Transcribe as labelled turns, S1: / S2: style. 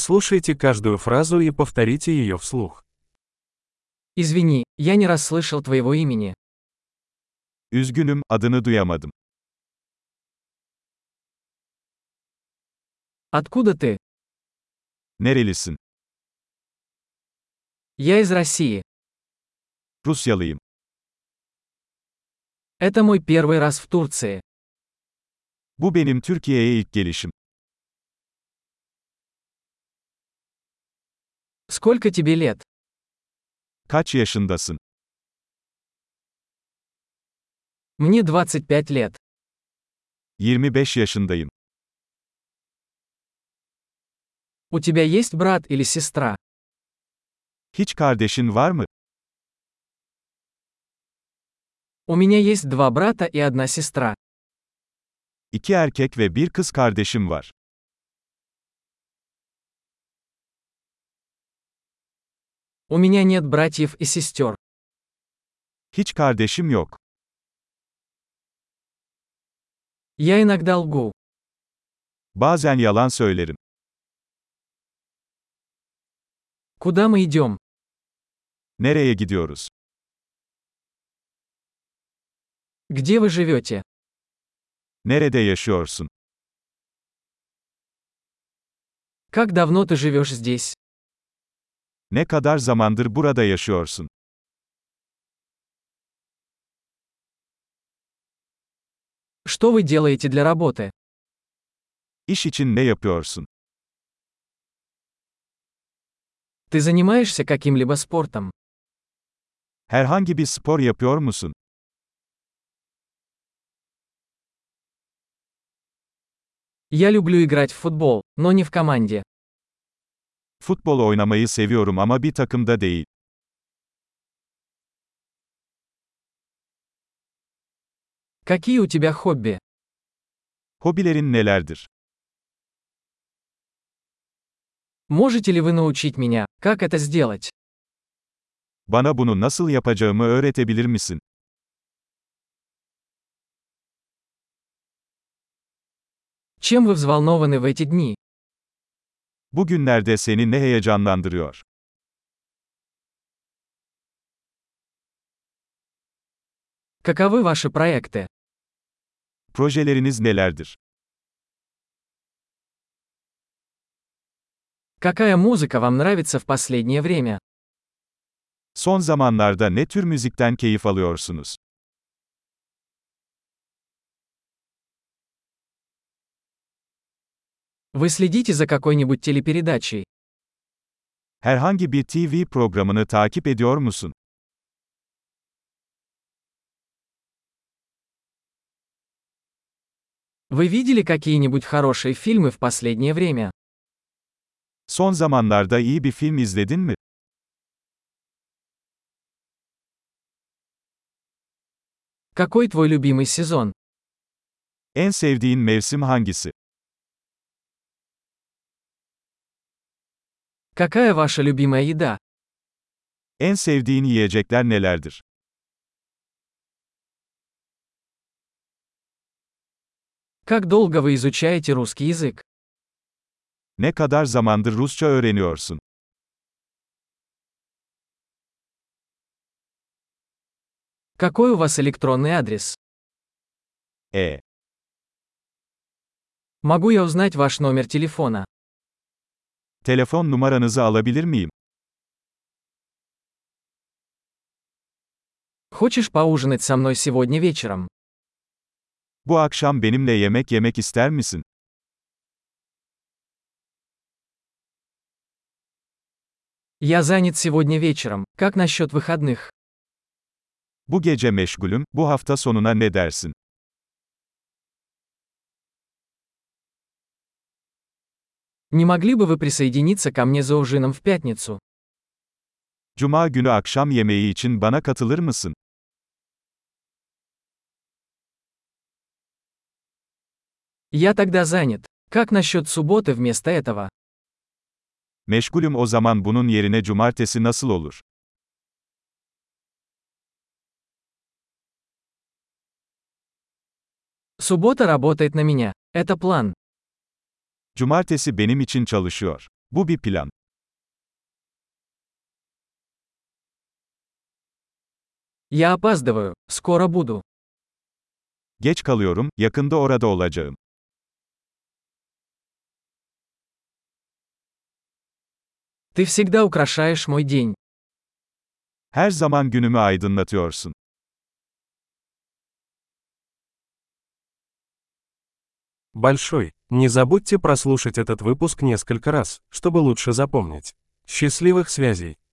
S1: Прослушайте каждую фразу и повторите ее вслух.
S2: Извини, я не расслышал твоего имени.
S3: Üzgünüm, adını duyamadım.
S2: Откуда ты?
S3: Nerelisin?
S2: Я из России.
S3: Rusyalıyım.
S2: Это мой первый раз в Турции.
S3: Bu benim Türkiye'ye ilk gelişim.
S2: Сколько тебе лет?
S3: Kaç yaşındasın?
S2: Мне 25 лет.
S3: 25 yaşındayım.
S2: У тебя есть брат или сестра?
S3: Hiç kardeşin var mı?
S2: У меня есть два брата и одна сестра.
S3: İki erkek ve bir kız kardeşim var.
S2: У меня нет братьев и сестер.
S3: Hiç kardeşim yok.
S2: Я иногда лгу.
S3: Bazen yalan söylerim.
S2: Куда мы идем?
S3: Nereye gidiyoruz?
S2: Где вы живете?
S3: Nerede yaşıyorsun?
S2: Как давно ты живешь здесь?
S3: Ne kadar zamandır burada yaşıyorsun?
S2: Что вы делаете для работы?
S3: İş için ne yapıyorsun?
S2: Ты занимаешься каким-либо спортом?
S3: Herhangi bir spor yapıyor musun?
S2: Я люблю играть в футбол, но не в команде.
S3: Futbol oynamayı seviyorum ama bir takımda değil.
S2: Какие у тебя хобби?
S3: Hobilerin nelerdir?
S2: Можете ли вы научить меня, как это сделать?
S3: Bana bunu nasıl yapacağımı öğretebilir misin?
S2: Чем вы взволнованы в эти дни?
S3: Bugünlerde seni ne heyecanlandırıyor?
S2: Каковы ваши проекты?
S3: Projeleriniz nelerdir?
S2: Какая музыка вам нравится в последнее время?
S3: Son zamanlarda ne tür müzikten keyif alıyorsunuz?
S2: Вы следите за какой-нибудь телепередачей?
S3: Herhangi bir TV programını takip ediyor musun?
S2: Вы видели какие-нибудь хорошие фильмы в последнее время?
S3: Son zamanlarda iyi bir film izledin mi?
S2: Какой твой любимый сезон?
S3: En sevdiğin mevsim hangisi?
S2: Какая ваша любимая еда?
S3: En sevdiğin yiyecekler nelerdir?
S2: Как долго вы изучаете русский язык?
S3: Ne kadar zamandır Rusça öğreniyorsun?
S2: Какой у вас электронный адрес?
S3: E.
S2: Могу я узнать ваш номер телефона?
S3: Telefon numaranızı alabilir miyim?
S2: Хочешь поужинать со мной сегодня вечером?
S3: Bu akşam benimle yemek yemek ister misin?
S2: Я занят сегодня вечером. Как насчет выходных?
S3: Bu gece meşgulüm, bu hafta sonuna ne dersin?
S2: Не могли бы вы присоединиться ко мне за ужином в пятницу?
S3: Cuma günü akşam yemeği için bana katılır mısın?
S2: Я тогда занят. Как насчет субботы вместо этого?
S3: Meşgulüm o zaman bunun yerine cumartesi nasıl olur?
S2: Суббота работает на меня. Это план.
S3: Cumartesi benim için çalışıyor. Bu bir plan.
S2: Я опаздываю, скоро буду.
S3: Geç kalıyorum, yakında orada olacağım.
S2: Ты всегда украшаешь мой день.
S3: Her zaman günümü aydınlatıyorsun.
S1: Большой. Не забудьте прослушать этот выпуск несколько раз, чтобы лучше запомнить. Счастливых связей!